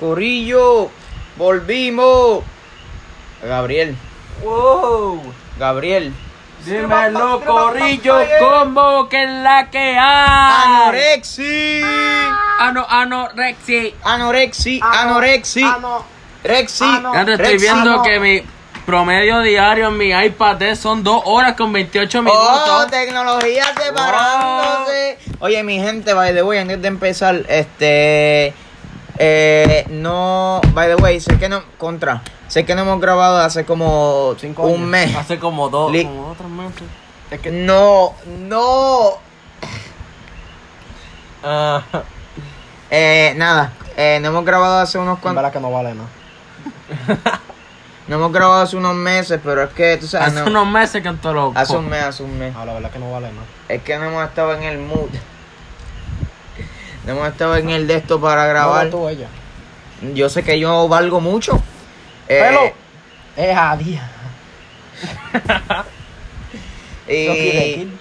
Corillo, volvimos. Gabriel, Wow. Gabriel. Dímelo, corrillo, combo, que es la que hay. Ah, Anorexi. Ano, ano, Rexy. Anorexi, anorexi. Ah, Rexi. ano- Ya te estoy Rexi. viendo no. que mi promedio diario en mi iPad es- son 2 horas con 28 Oh, minutos. tecnología separándose. Oye, mi gente, by the way, antes de empezar, este. eh, no, by the way, sé que no. Contra. Sé que no hemos grabado hace como un mes. Hace como dos, Li- como dos, tres meses. Es que- No, no. Ah, Eh, nada, eh, no hemos grabado hace unos cuantos. que no vale nada. No hemos grabado hace unos meses, pero es que, tú sabes, hace ah, no- unos meses que entró loco. hace un mes, hace un mes. Ah, la verdad que no vale nada. Es que no hemos estado en el mood. No hemos estado en el de esto para grabar. No, tú, ella. Yo sé que yo valgo mucho. Eh, Pelo. Es a día. eh, Yo quiero Y, decir.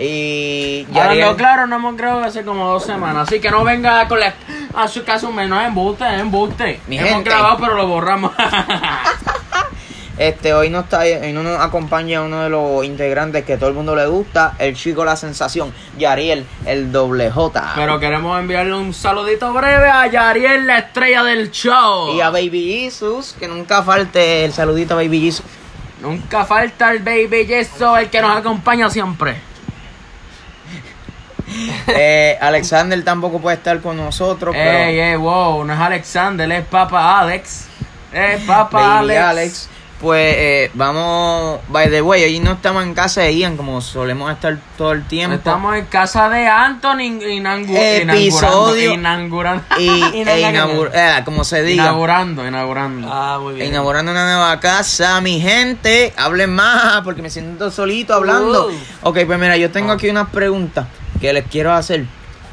y Hablando Yariel, claro, Ah, no hemos grabado hace como dos semanas. Así que no venga con la. A Ah, su caso, menos embuste, embuste. Mi hemos gente. grabado, pero lo borramos. este, hoy no está, hoy no nos acompaña uno de los integrantes que todo el mundo le gusta, el chico la sensación, Yariel, el doble J. Pero queremos enviarle un saludito breve a Yariel, la estrella del show. Y a Baby Jesus, que nunca falte el saludito a Baby Jesus. Nunca falta el baby yeso, el que nos acompaña siempre. Eh, Alexander tampoco puede estar con nosotros, pero Ey, eh, ey, wow, no es Alexander, es Papa Alex. Es Papa Baby Alex. Alex. Pues eh, vamos, by the way, hoy no estamos en casa de Ian como solemos estar todo el tiempo. Estamos en casa de Anthony inaugu- Episodio. inaugurando. Inaugurando. y e inaugur- eh, como se diga, inaugurando, inaugurando. Ah, muy bien. inaugurando una nueva casa, mi gente, hablen más porque me siento solito hablando. Uh. Ok, pues mira, yo Ah. tengo aquí unas preguntas que les quiero hacer,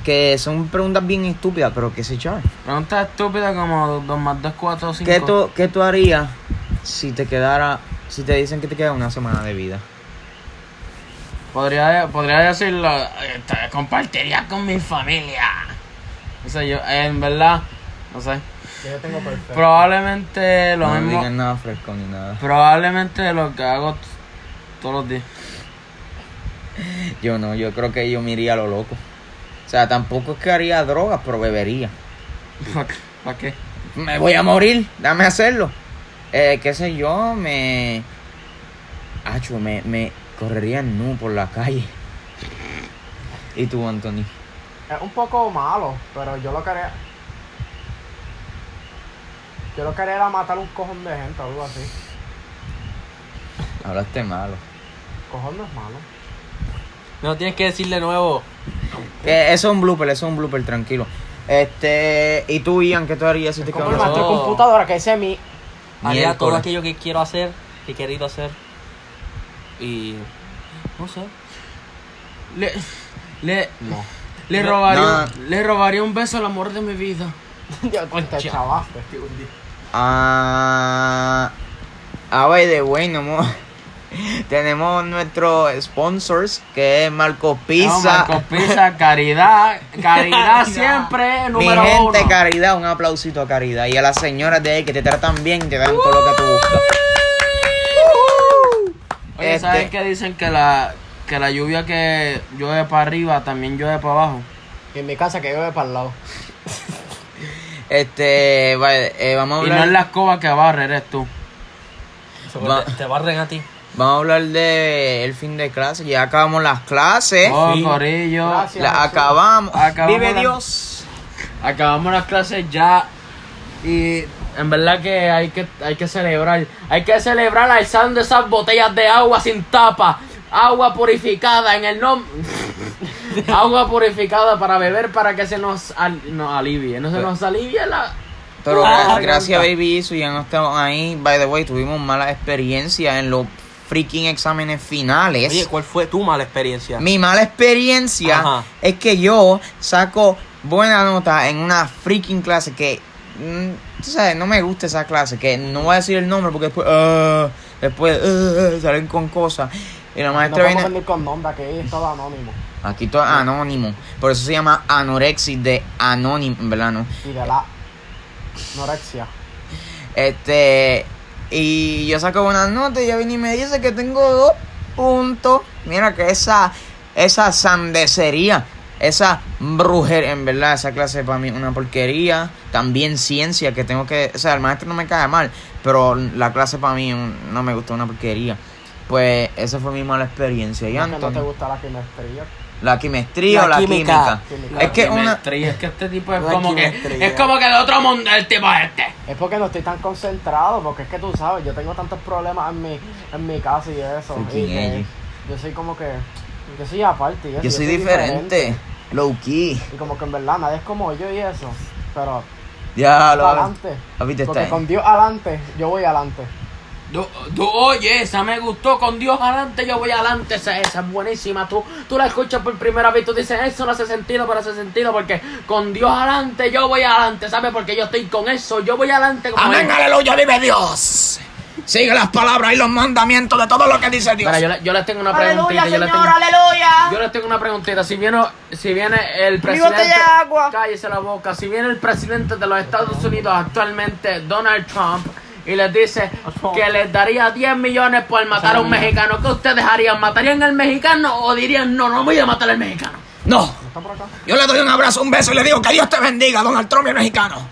que son preguntas bien estúpidas, pero que se chaval. Pregunta estúpida como 2 más 2, 4, 5. ¿Qué tú, ¿Qué tú harías si te quedara, si te dicen que te queda una semana de vida? Podría, podría decirlo, eh, te compartiría con mi familia. No sé, yo, eh, en verdad, no sé. Yo tengo perfecto. Probablemente lo no mismo. digan nada fresco ni nada. Probablemente lo que hago t- todos los días. Yo no, yo creo que yo me iría a lo loco. O sea, tampoco es que haría drogas, pero bebería. ¿Para qué? Me voy a morir, dame hacerlo. Eh, qué sé yo, me... Acho, me, me correría nu por la calle. ¿Y tú, Anthony? Es un poco malo, pero yo lo quería. Yo lo quería era matar un cojón de gente o algo así. Hablaste malo. Cojón no es malo. No tienes que decir de nuevo. Eh, eso es un blooper, eso es un blooper, tranquilo. Este, ¿y tú, Ian, qué tú harías si te Como el quedas maestro master no. computadora que ese mi. Miércoles. haría todo aquello que quiero hacer, que he querido hacer. Y no sé. Le, le, No. le, robaría, No. le robaría un beso al amor de mi vida. Yo te chavaste. Ah, ah, by the way, no mo- tenemos nuestros sponsors que es Marco No, Pizza. Marco Pizza, caridad. Caridad siempre, Mi número gente, uno. Caridad, un aplausito a Caridad. Y a las señoras de ahí que te tratan bien y te dan todo lo que tú buscas. Oye, Este- ¿sabes qué dicen? Que la, que la lluvia que llueve para arriba también llueve para abajo. Y en mi casa que llueve para el lado. Este, vale, eh, vamos, a Y no hablar, es la escoba que barre, eres tú. Va- Te, te barren a ti. vamos a hablar de el fin de clase. Ya acabamos las ¿Eh? clases. Oh, corillo. Gracias. Las acabamos. Acabamos Vive las- Dios. Acabamos las clases ya y en verdad que hay que, hay que celebrar. Hay que celebrar alzando esas botellas de agua sin tapa. Agua purificada en el nombre. agua purificada para beber para que se nos, al- nos alivie. No se nos alivie la. Pero Ah, gra- garganta. gracias, Baby Isu, ya no estamos ahí. By the way, tuvimos malas experiencias en los freaking exámenes finales. Oye, ¿cuál fue tu mala experiencia? Mi mala experiencia Ajá. es que yo saco buena nota en una freaking clase que. mm, Tú sabes, no me gusta esa clase, que no voy a decir el nombre porque después. ah, después ah, salen con cosas. Y la No maestra podemos viene. venir con nombre, que ahí es todo anónimo. Aquí todo es anónimo. Por eso se llama anorexis de anónimo. En verdad, no. Y de la. Anorexia. Este. Y yo saco buenas notas y ya viene y me dice que tengo dos puntos. Mira que esa. Esa sandecería. Esa brujería. En verdad, esa clase para mí es una porquería. También ciencia que tengo que. O sea, el maestro no me cae mal. Pero la clase para mí un- no me gustó una porquería. Pues esa fue mi mala experiencia. Y Es que no te Antonio, gusta la quimestría. la quimetría o La la química. química. Química. Es que una. Quimetría, Es que este tipo es Una como que. quimetría. Es como que el otro mundo, el tipo este. Es porque no estoy tan concentrado, porque es que tú sabes, yo tengo tantos problemas en mi, en mi casa y eso. Fucking Y que ella. yo soy como que. Yo soy aparte. y eso, Yo soy diferente. Low key. Y como que en verdad nadie es como yo y eso. Pero Ya lo. adelante. Papi, te Porque está- con Dios adelante, yo voy adelante. Tú- tú, oye, esa me gustó, con Dios adelante, yo voy adelante, esa, esa es buenísima. Tú, tú la escuchas por primera vez, tú dices, eso no hace sentido, pero hace sentido porque con Dios adelante, yo voy adelante, ¿sabes? Porque yo estoy con eso, yo voy adelante. Como Amén, él. aleluya, vive Dios. Sigue las palabras y los mandamientos de todo lo que dice Dios. Mira, yo, le- yo les tengo una preguntita. yo, les tengo, aleluya. yo les tengo una preguntita. Si viene, si viene el presidente. botella de agua. Cállese la boca. Si viene el presidente de los Estados Unidos actualmente, Donald Trump, y les dice que les daría 10 millones por matar a un mexicano, ¿qué ustedes harían? ¿Matarían al mexicano o dirían no, no voy a matar al mexicano? No, ¿Está por acá? yo le doy un abrazo, un beso y le digo que Dios te bendiga, Donald Trump y el mexicano.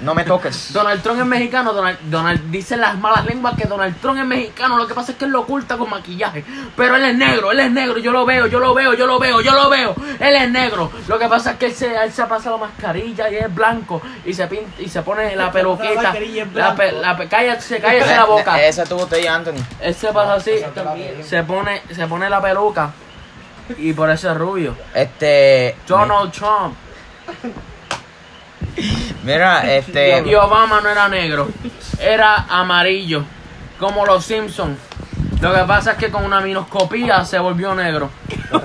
No me toques. Donald Trump es mexicano, Donald, Donald dice las malas lenguas que Donald Trump es mexicano, lo que pasa es que él lo oculta con maquillaje, pero él es negro, él es negro, yo lo veo, yo lo veo, yo lo veo, yo lo veo, él es negro, lo que pasa es que él se, él se pasa la mascarilla y es blanco y se pinta, y se pone la peluquita, la, pe- la pe- cállese, cállese Eh, la boca, Esa es tu botella, Anthony. él se pasa así, se pone, se pone la peluca y por eso es rubio. Este. Donald Trump Mira, este. y Obama no era negro, era amarillo, como los Simpsons. Lo que pasa es que con una minoscopía se volvió negro.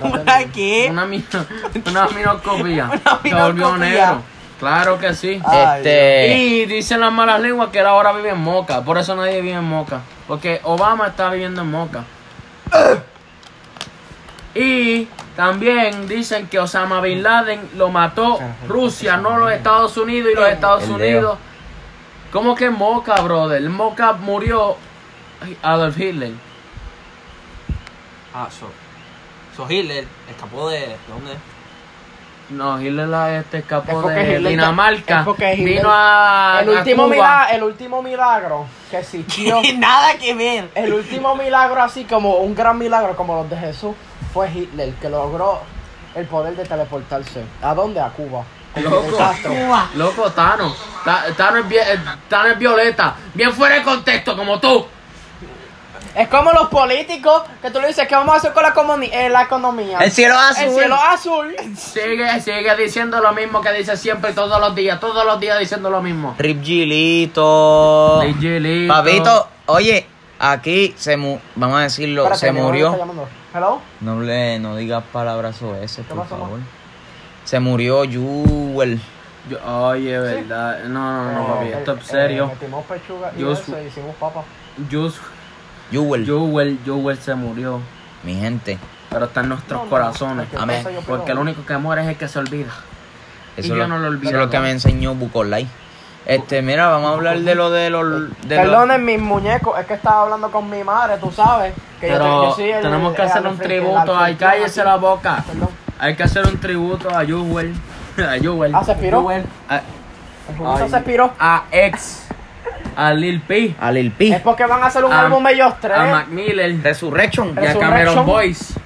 ¿Una qué? Una, mi- una minoscopía se minoscopía. Ah, volvió negro. Claro que sí. Eh. Este. Y dicen las malas lenguas que él ahora vive en Moca. Por eso nadie vive en Moca. Porque Obama está viviendo en Moca. Y también dicen que Osama Bin Laden lo mató Ah, Rusia, no los Estados Unidos. Y los Estados El dedo. Unidos. ¿Cómo que Moca, brother? Moca murió Adolf Hitler. Ah, so. So Hitler escapó de. ¿de ¿Dónde? No, Hitler la, este, Es escapó porque de Hitler- Dinamarca. es porque Hitler- vino Ah, a, El Ah, a último, Cuba. mila- el último milagro que existió. Nada que ver. El último milagro, así como un gran milagro como los de Jesús, fue Hitler, que logró el poder de teleportarse. ¿A dónde? A Cuba. Con Loco. Fidel Castro. Loco, Tano. Ta- Tano es, vie- eh, Tano es violeta. Bien fuera de contexto, como tú. Es como los políticos que tú le dices, ¿qué vamos a hacer con la, comuni- eh, la economía? El cielo azul. El cielo azul. Sigue, sigue diciendo lo mismo que dice siempre y todos los días. Todos los días diciendo lo mismo. Rip Gilito. Gilito. Oh, Papito, oye, aquí se mu vamos a decirlo, Espérate, se mi mamá me está murió. llamando. Hello. No le no digas palabras o ese, por pasó, ma? favor. Se murió Jewel. Yo- oye, verdad. No, no, no, papi. Eh, Esto es eh, serio. metimos pechuga y Yo eso, su- y hicimos papas. Jus- Jewel. Jewel, Jewel se murió. Mi gente. Pero está en nuestros No, no, corazones. porque Amén. entonces yo Porque creo- el único que muere es el que se olvida. Eso, Y es yo lo- no lo eso olvido, es lo que ¿no? me enseñó Bucolay. Este, mira, vamos a hablar de lo de los. De los- Perdonen mis muñecos, es que estaba hablando con mi madre, tú sabes. Que yo te- yo, Pero soy el- tenemos que el hacer un Alfred- el tributo. Alfred Ay, cállese aquí. la boca. Perdón. Hay que hacer un tributo a Jewel. A Jewel. Ah, se expiró. Jewel. A- El juguito Ay. se expiró. a X, a Lil P, A Lil Es P. porque van a hacer un Ah, álbum ellos tres. a Mac Miller Resurrection. y a Resurrection. Cameron Boys.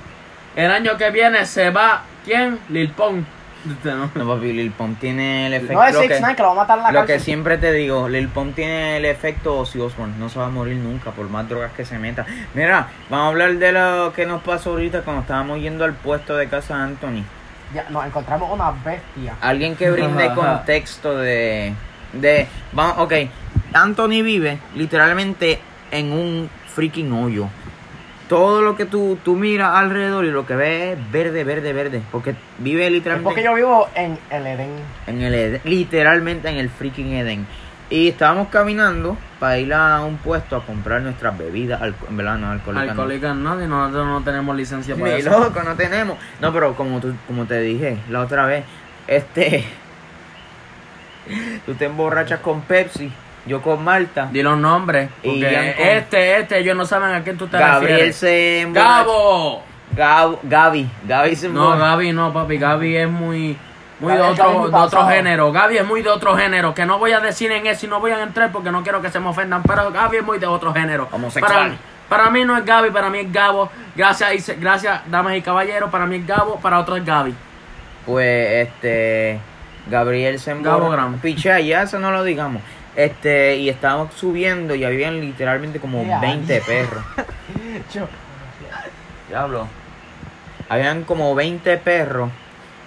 El año que viene se va, ¿quién? Lil Pong. No. No, papi, Lil Pump tiene el efecto. No es lo Six que- Nine que lo va a matar en la Lo que cárcel. siempre te digo, Lil Pump tiene el efecto Ozzy Osbourne, no se va a morir nunca por más drogas que se meta. Mira, vamos a hablar de lo que nos pasó ahorita cuando estábamos yendo al puesto de casa de Anthony. Ya, nos encontramos una bestia. Alguien que brinde Ajá. contexto de, de... Vamos, ok, Anthony vive literalmente en un freaking hoyo. Todo lo que tú, tú miras alrededor y lo que ves es verde, verde, verde. Porque vive Es literalmente... porque yo vivo en el Edén. En el Edén, literalmente en el freaking Edén. Y estábamos caminando para ir a un puesto a comprar nuestras bebidas, alco- en verdad no alcohólicas. no. Alcohólicas nadie, nosotros no tenemos licencia para Ni eso. loco, no tenemos. No, pero como tú, como te dije la otra vez, este Tú te emborrachas con Pepsi, yo con Malta. Di los nombres. Porque Y ya con- este, este, ellos no saben a quién tú te Gabriel refieres. se emborracha. ¡Gabo! Gabo. Gaby. Gaby se No, emborracha. Gaby no, papi. Gaby es muy. Muy de Gaby- otro, Gaby es muy de otro pasado. género. Gaby es muy de otro género. Que no voy a decir en eso y no voy a entrar porque no quiero que se me ofendan. Pero Gaby es muy de otro género. Homosexual. Para, para mí no es Gaby, para mí es Gabo. Gracias, y se- gracias, damas y caballeros. Para mí es Gabo, para otros es Gaby. Pues este Gabriel se Gabo emborrachó. Graham. Piché, ya eso no lo digamos. Este, y estábamos subiendo y habían literalmente como Ya. 20 perros. Yo- Diablo. Habían como 20 perros.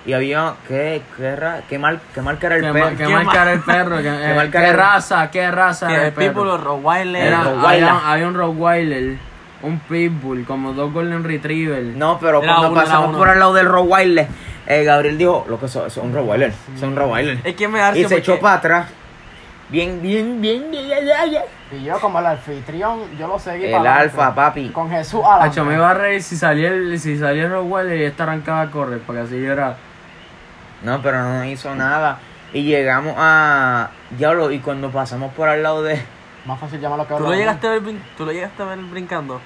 Y había. ¿Qué, qué, ra- qué mal, qué marca era el Que, perro? ma- que ¿Quién marcar el perro. Que, eh, marcar qué el- raza, qué raza. Tiene era el el perro. Pitbull, Rottweiler. Era, Rottweiler. había, había un Rottweiler, un Pitbull, como dos Golden Retriever. No, pero Era cuando uno, era pasamos uno. por al lado del Rottweiler, eh, Gabriel dijo: Lo que son, es un Rottweiler. Es un Rottweiler. Es que me da Y risa se porque- echó para atrás. Bien, bien, bien, bien, bien, bien, bien. Y yo como el anfitrión, yo lo seguí El para adelante. alfa, papi. Con Jesús Ah, a Hacho, me iba a reír si salía el, si salía el Rottweiler y esta arrancaba a correr, porque así yo era. No, pero no hizo nada. Y llegamos a. Diablo, y cuando pasamos por al lado de. Más fácil llamarlo que ¿Tú lo, Abraham. llegaste a ver, brin- ¿Tú lo llegaste a ver brincando?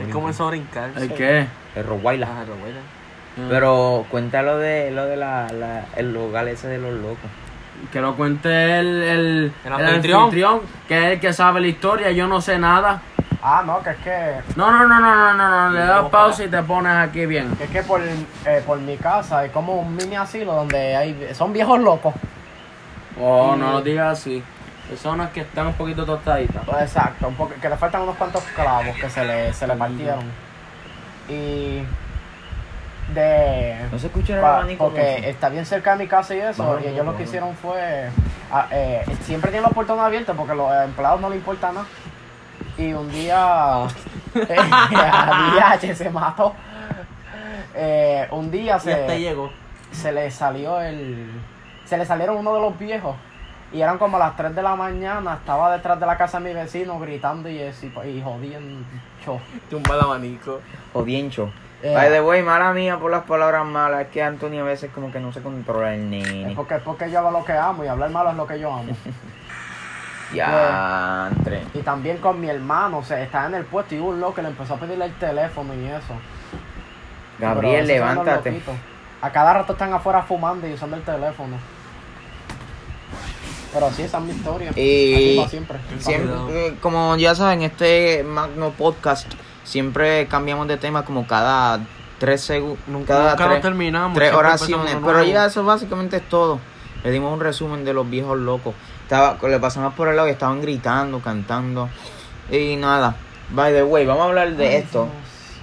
Él comenzó a brincar. ¿El qué? El Rottweiler. Ah, Rottweiler. Pero cuéntalo de lo de la, la- el lugar ese de los locos. Que lo cuente el, el, El anfitrión. que es el que sabe la historia, yo no sé nada. Ah, no, que es que, No, no, no, no, no, no, no, le das pausa y te pones aquí bien. que es que por, eh, por mi casa hay como un mini asilo donde hay... Son viejos locos. Oh, no lo digas así. Personas que están un poquito tostaditas. Exacto, un poco- que le faltan unos cuantos clavos que se le, se le partieron. Y... De... No se escucha el Pa- abanico. porque mucho. está bien cerca de mi casa y eso, Bájalo, y ellos lo bájalo. que hicieron fue... ah, eh, siempre tienen los portones abiertos porque a los empleados no les importa nada. Y un día... eh, adiache, se mató. Eh, un día Y hasta se, llegó. se le salió el... Se le salieron uno de los viejos. Y eran como a las 3 de la mañana, estaba detrás de la casa de mi vecino gritando y, eso, y, y jodiendo. Tumba el abanico. Jodiencho. Eh. By the way, mala mía por las palabras malas. Es que Anthony a veces como que no se controla el Es nene. porque, es porque yo hago lo que amo y hablar malo es lo que yo amo. Ya, entre. Y también con mi hermano, o sea, estaba en el puesto y hubo un loco que le empezó a pedirle el teléfono y eso. Gabriel, Pero esos son los levántate. loquitos. A cada rato están afuera fumando y usando el teléfono. Pero sí, esa es mi historia. Y- Así va siempre. Siempre, eh, como ya saben, este Magno Podcast siempre cambiamos de tema como cada tres segundos. Cada nunca lo tres, terminamos, Tres siempre oraciones. empezamos de Pero nuevo. ya eso básicamente es todo. Le dimos un resumen de los viejos locos. Estaba, le pasamos por el lado y estaban gritando, cantando. Y nada. By the way, vamos a hablar de esto.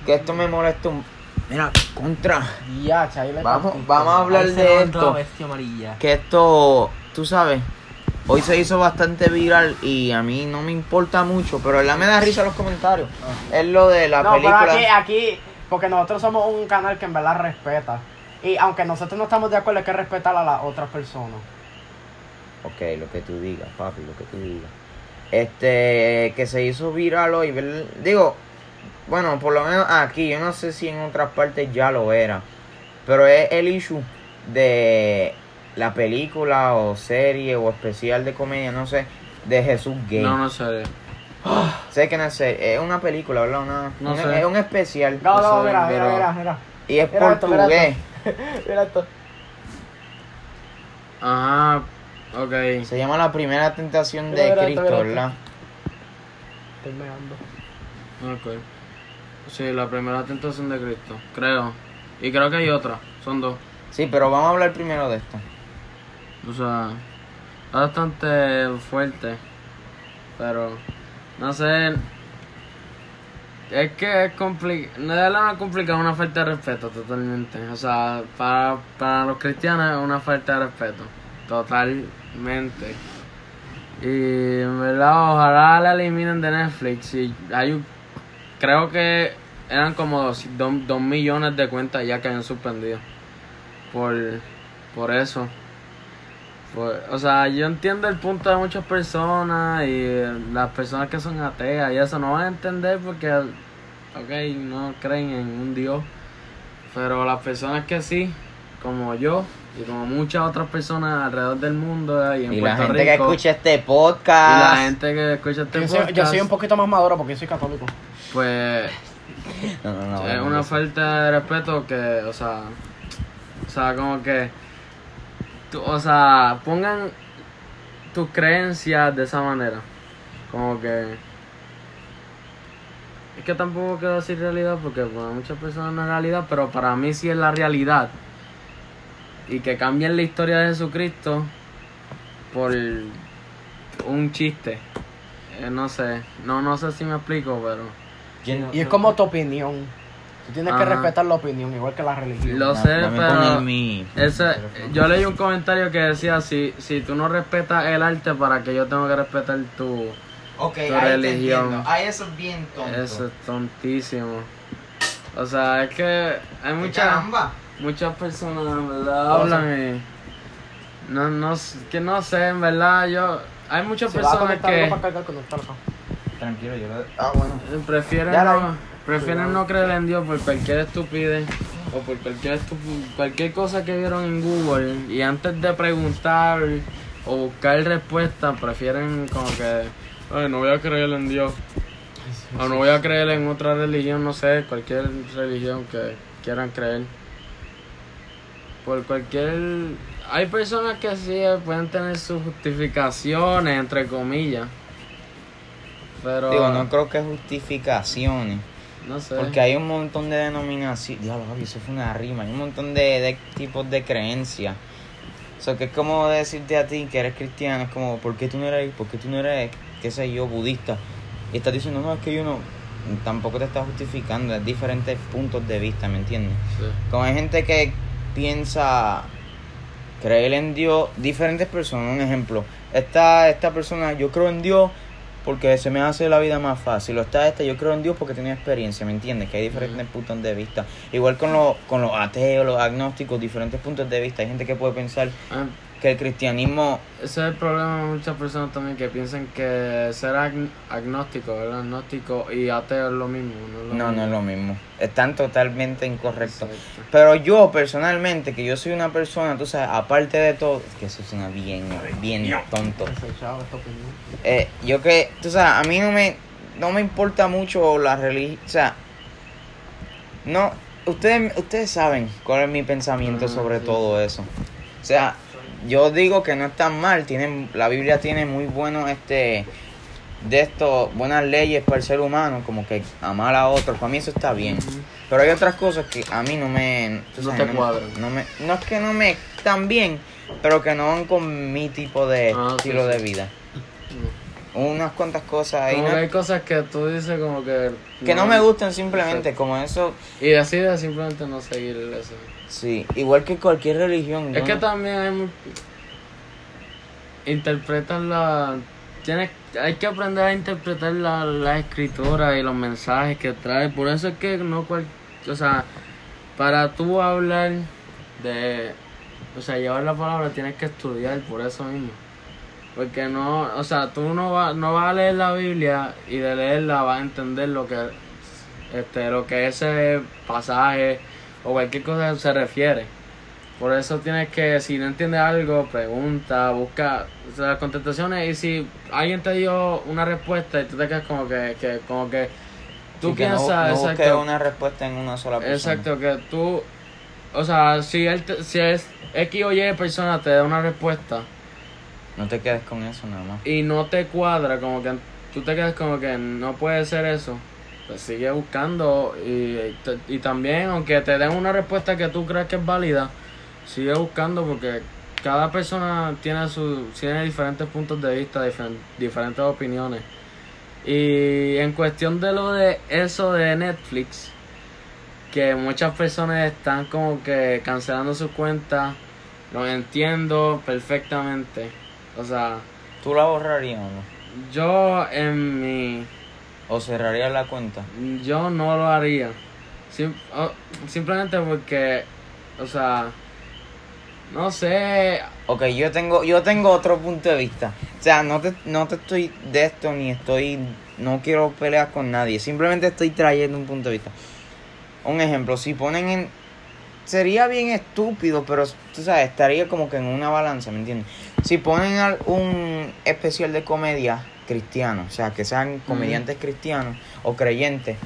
Que esto me molesta un. Mira, contra. Ya, ahí le Vamos, partiste. vamos a hablar Ahí se de levantó esto La bestia amarilla. que esto, tú sabes, hoy se hizo bastante viral y a mí no me importa mucho, pero la me da risa los comentarios. Es lo de la Ah. no, película. pero aquí, ah. aquí, porque nosotros somos un canal que en verdad respeta. Y aunque nosotros no estamos de acuerdo, hay que respetar a las otras personas. Ok, lo que tú digas, papi, lo que tú digas. Este, que se hizo viral hoy, ¿verdad? digo, bueno, por lo menos aquí, yo no sé si en otras partes ya lo era, pero es el issue de la película o serie o especial de comedia, no sé, de Jesús Gay. No, no sé. Sé que no sé, es una película, ¿verdad? Una- No un- sé. Es un especial. No, no, sé, mira, pero- mira, mira, mira. Y es Mira esto, mira portugués. Mira esto. Ajá, ok. Se llama La Primera Tentación Mira, de mira esto, Cristo, mira esto. ¿verdad? Estoy meando. Ok. Sí, la primera tentación de Cristo, creo. Y creo que hay otra, son dos. Sí, pero vamos a hablar primero de esto. O sea, está bastante fuerte. Pero, no sé. Es que es complicado. No es nada complicado, una falta de respeto totalmente. O sea, para, para los cristianos es una falta de respeto. Totalmente. Y en verdad, ojalá la eliminen de Netflix. Y hay un- creo que eran como dos, dos- dos millones de cuentas ya que habían suspendido. Por, por eso. Pues, o sea, yo entiendo el punto de muchas personas y eh, las personas que son ateas y eso no van a entender porque, ok, no creen en un Dios. Pero las personas que sí, como yo, Y como muchas otras personas alrededor del mundo y en Y la Puerto gente Rico. que escucha este y podcast. la gente que escucha este Ah. Yo soy, podcast. yo soy un poquito más maduro porque yo soy católico. Pues No, no, no, es no, una no. falta de respeto que, o sea, o sea, como que, tú- o sea, pongan tus creencias de esa manera. Como que, es que tampoco quiero decir realidad porque para muchas personas no es realidad, pero para mí sí es la realidad. Y que cambien la historia de Jesucristo por un chiste. Eh, no sé, no, no sé si me explico, pero... Y es como tu opinión. Tú tienes que Ajá. respetar la opinión, igual que la religión. Lo sé, Dame con pero... el mi. Ese, eh, yo leí un comentario que decía, si, si tú no respetas el arte, ¿para que yo tengo que respetar tu...? Ok, ahí tu te religión. entiendo. Ahí eso es bien tonto. Eso es tontísimo. O sea, es que hay Qué muchas, Caramba. muchas personas, en verdad, hablan y... No, no, s- que no sé, en verdad, yo... Hay muchas Si vas a personas conectar algo que para cargar, conéctalo acá. Tranquilo, yo lo... Ah, bueno. prefieren Ya la- no, prefieren no creer en Dios por cualquier estupidez o por cualquier, estup- cualquier cosa que vieron en Google y antes de preguntar o buscar respuestas prefieren como que "Ay, no voy a creer en Dios o no voy a creer en otra religión no sé cualquier religión que quieran creer por cualquier hay personas que sí eh, pueden tener sus justificaciones entre comillas pero Digo, no creo que justificaciones. no sé Porque hay un montón de denominaciones. Diablo, papi, eso fue una rima. Hay un montón de, de tipos de creencias. O sea, que es como decirte a ti que eres cristiano. Es como, ¿por qué tú no eres, por qué tú no eres, qué sé yo, budista? Y estás diciendo, no, es que yo no. Tampoco te estás justificando. Es diferentes puntos de vista, ¿me entiendes? Sí. Como hay gente que piensa creer en Dios, diferentes personas, un ejemplo. Esta, esta persona, yo creo en Dios porque se me hace la vida más fácil. O está esta, yo creo en Dios porque tenía experiencia, ¿me entiendes? Que hay diferentes puntos de vista. Igual con, los con los ateos, los agnósticos, diferentes puntos de vista. Hay gente que puede pensar Ah, que el cristianismo Ese es el problema de muchas personas también que piensan que ser agn- agnóstico, ¿verdad? agnóstico y ateo es lo mismo. No, es lo no, no es mismo. lo mismo. Están totalmente incorrectos. Exacto. Pero yo personalmente, que yo soy una persona, tú sabes, aparte de todo, es que eso suena bien, bien tonto. Ese chavo, esta opinión. Eh, yo que, tú sabes, a mí no me, no me importa mucho la religión, o sea, no, ustedes, ustedes saben cuál es mi pensamiento Ah, sobre sí, todo eso. O sea, yo digo que no es tan mal, tienen, la Biblia tiene muy buenos, este, de esto, buenas leyes para el ser humano, como que amar a otros, para mí eso está bien. Pero hay otras cosas que a mí no me... tú No te me- cuadran. No, me, no es que no me están bien, pero que no van con mi tipo de Ah, sí, estilo de sí. vida unas cuantas cosas ahí Como que ¿no? hay cosas que tú dices como que... que no me gustan simplemente, como eso, Y decides simplemente no seguir eso. sí, igual que cualquier religión. Es yo que no- también hay... mu- Interpretan la... Tienes, hay que aprender a interpretar la- las escrituras y los mensajes que trae. Por eso es que no cual... O sea, para tú hablar de... O sea, llevar la palabra tienes que estudiar por eso mismo. Porque no... O sea, tú no, va, no vas a leer la Biblia y de leerla vas a entender lo que... Este, lo que ese pasaje o cualquier cosa se refiere. Por eso tienes que, si no entiendes algo, pregunta, busca o sea, las contestaciones y si alguien te dio una respuesta y tú te quedas como que, que- como que tú y que no- piensas, no, busques exacto, una respuesta en una sola persona. exacto, que tú, o sea, si, él te- si es X o Y persona te da una respuesta No te quedes con eso nada más. y no te cuadra, como que tú te quedas como que no puede ser eso, pues sigue buscando y, y también aunque te den una respuesta que tú crees que es válida, sigue buscando porque cada persona tiene su tiene diferentes puntos de vista, difer- diferentes opiniones. Y en cuestión de lo de eso de Netflix, que muchas personas están como que cancelando sus cuentas, lo entiendo perfectamente. O sea, ¿Tú la borrarías o no? yo en mi ¿O cerrarías la cuenta? yo no lo haría. Sim- o- simplemente porque o sea, no sé, Ok, yo tengo, yo tengo otro punto de vista. O sea, no te, no te estoy de esto ni estoy. No quiero pelear con nadie. Simplemente estoy trayendo un punto de vista. Un ejemplo, si ponen en. sería bien estúpido, pero tú sabes, estaría como que en una balanza, ¿me entiendes? Si ponen al- un especial de comedia cristiano, o sea, que sean comediantes cristianos o creyentes,